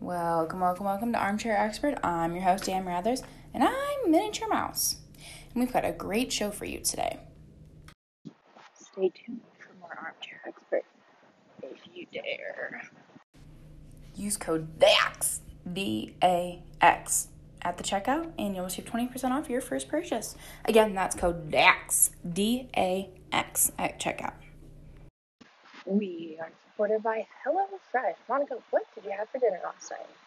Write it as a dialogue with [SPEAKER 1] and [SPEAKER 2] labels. [SPEAKER 1] Welcome, welcome, welcome to Armchair Expert. I'm your host, Dan Rathers, and I'm Miniature Mouse. And we've got a great show for you today.
[SPEAKER 2] Stay tuned for more Armchair Expert if you dare.
[SPEAKER 1] Use code DAX, D A X, at the checkout, and you'll receive 20% off your first purchase. Again, that's code DAX, D A X, at checkout.
[SPEAKER 2] We are supported by HelloFresh. Monica, what did you have for dinner last night?